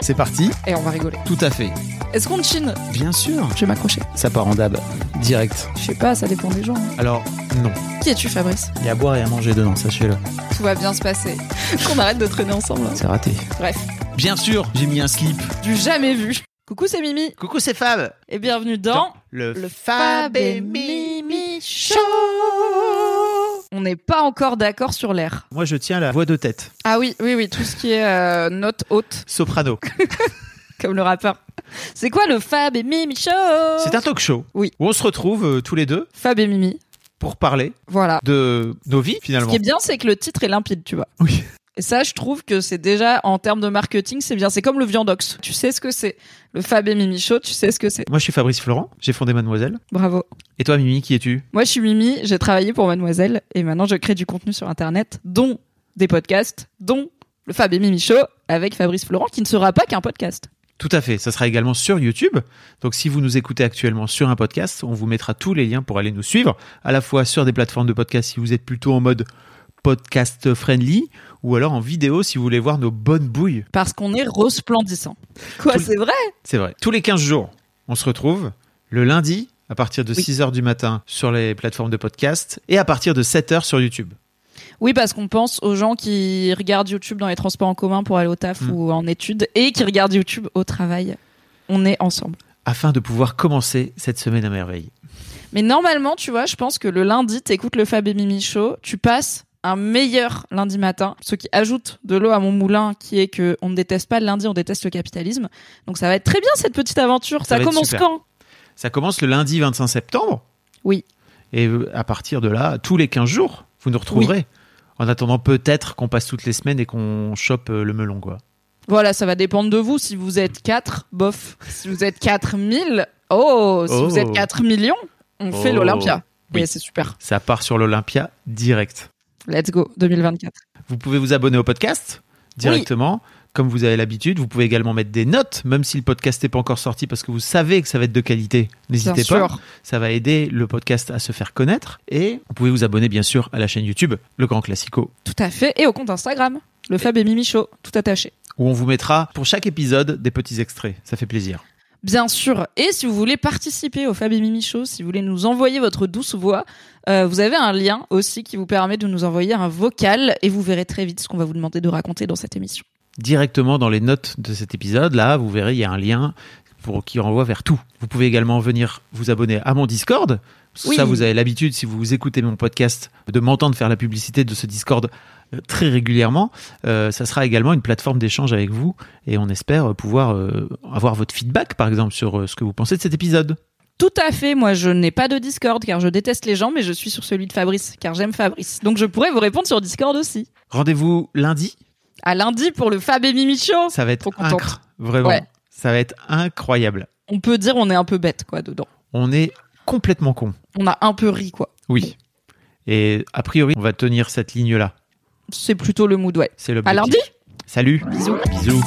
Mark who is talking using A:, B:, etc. A: C'est parti,
B: Et on va rigoler.
A: tout à fait.
B: Est-ce qu'on chine
A: Bien sûr,
B: Je vais m'accrocher.
A: ça part en dab, direct.
B: Je sais pas, ça dépend des gens. hein.
A: Alors, non,
B: Qui es-tu, Fabrice
A: il y a à boire et à manger dedans, sachez-le.
B: Tout va bien se passer. qu'on arrête de traîner ensemble. hein.
A: C'est raté.
B: Bref,
A: Bien sûr, j'ai mis un slip.
B: du jamais vu. Coucou, c'est Mimi.
A: Coucou, c'est Fab.
B: Et bienvenue dans
A: Le,
B: Show. On n'est pas encore d'accord sur l'air.
A: Moi, je tiens la voix de tête,
B: Ah oui, oui, oui, tout ce qui est euh, note haute,
A: soprano.
B: comme le rappeur. C'est quoi le Fab et Mimi Show
A: C'est un talk show
B: Oui.
A: où on se retrouve euh, tous les deux
B: Fab et Mimi.
A: pour parler
B: Voilà.
A: de nos vies
B: Ce
A: finalement.
B: qui est bien, c'est que le titre est limpide, tu vois.
A: Oui.
B: Et ça, je trouve que c'est déjà, en termes de marketing, c'est bien. C'est comme le viandox. Tu sais ce que c'est. Le Fab et Mimi Show, tu sais ce que c'est.
A: Moi, je suis Fabrice Florent, j'ai fondé Mademoiselle.
B: Bravo.
A: Et toi, Mimi, qui es-tu
B: Moi, je suis Mimi, j'ai travaillé pour Mademoiselle et maintenant je crée du contenu sur Internet, dont des podcasts, dont le Fab et Mimi Show avec Fabrice Florent, qui ne sera pas qu'un podcast.
A: Tout à fait, ça sera également sur YouTube. Donc si vous nous écoutez actuellement sur un podcast, on vous mettra tous les liens pour aller nous suivre, à la fois sur des plateformes de podcast si vous êtes plutôt en mode podcast friendly, ou alors en vidéo si vous voulez voir nos bonnes bouilles.
B: Parce qu'on est resplendissant. Quoi,
A: Tout-
B: c'est vrai
A: C'est vrai. Tous les 15 jours, on se retrouve le lundi à partir de
B: Oui.
A: 6h du matin sur les plateformes de podcast et à partir de 7h sur YouTube.
B: Oui, parce qu'on pense aux gens qui regardent YouTube dans les transports en commun pour aller au taf
A: Mm.
B: ou en études et qui regardent YouTube au travail. On est ensemble.
A: Afin de pouvoir commencer cette semaine à merveille.
B: Mais normalement, tu vois, je pense que le lundi, t'écoutes le Fab et Mimi Show, tu passes un meilleur lundi matin, ce qui ajoute de l'eau à mon moulin, qui est que on ne déteste pas le lundi, on déteste le capitalisme. Donc ça va être très bien cette petite aventure.
A: Ça
B: Ça,
A: va être
B: commence
A: super.
B: quand
A: Ça commence le lundi 25 septembre.
B: Oui.
A: Et euh, à partir de là, tous les 15 jours, vous nous retrouverez. En attendant, peut-être qu'on passe toutes les semaines et qu'on chope euh, le melon, quoi.
B: Voilà, ça va dépendre de vous. Si vous êtes 4, bof. Si vous êtes 4000, oh, si
A: Oh.
B: vous êtes 4 millions, on fait
A: Oh.
B: l'Olympia.
A: Oui.
B: Et c'est super.
A: Ça part sur l'Olympia direct.
B: Let's go 2024.
A: Vous pouvez vous abonner au podcast directement, comme vous avez l'habitude. Vous pouvez également mettre des notes, même si le podcast n'est pas encore sorti, parce que vous savez que ça va être de qualité.
B: Bien
A: N'hésitez pas.
B: sûr.
A: Ça va aider le podcast à se faire connaître. Et vous pouvez vous abonner, bien sûr, à la chaîne YouTube, Le Grand Classico,
B: Tout à fait. Et au compte Instagram, le Fab et Mimi Show, tout attaché.
A: où on vous mettra pour chaque épisode des petits extraits. Ça fait plaisir.
B: Bien sûr. Et si vous voulez participer au Fab et Mimi Show, si vous voulez nous envoyer votre douce voix, euh, vous avez un lien aussi qui vous permet de nous envoyer un vocal et vous verrez très vite ce qu'on va vous demander de raconter dans cette émission.
A: directement dans les notes de cet épisode. Là, vous verrez, il y a un lien pour, qui renvoie vers tout. Vous pouvez également venir vous abonner à mon Discord. Parce que
B: Oui.
A: Ça, vous avez l'habitude, si vous écoutez mon podcast, de m'entendre faire la publicité de ce Discord euh, très régulièrement. Euh, ça sera également une plateforme d'échange avec vous et on espère pouvoir euh, avoir votre feedback, par exemple, sur euh, ce que vous pensez de cet épisode.
B: Tout à fait. Moi, je n'ai pas de Discord car je déteste les gens, mais je suis sur celui de Fabrice car j'aime Fabrice. Donc, je pourrais vous répondre sur Discord aussi.
A: Rendez-vous lundi.
B: À lundi pour le Fab et Mimi Show.
A: Ça va être
B: Trop contente.
A: incre- vraiment.
B: Ouais.
A: Ça va être incroyable.
B: On peut dire on est un peu bête quoi dedans.
A: On est complètement con.
B: On a un peu ri quoi.
A: Oui. Et a priori, on va tenir cette ligne-là.
B: C'est plutôt le mood ouais.
A: C'est
B: À
A: l'objectif.
B: lundi.
A: Salut. Bisous.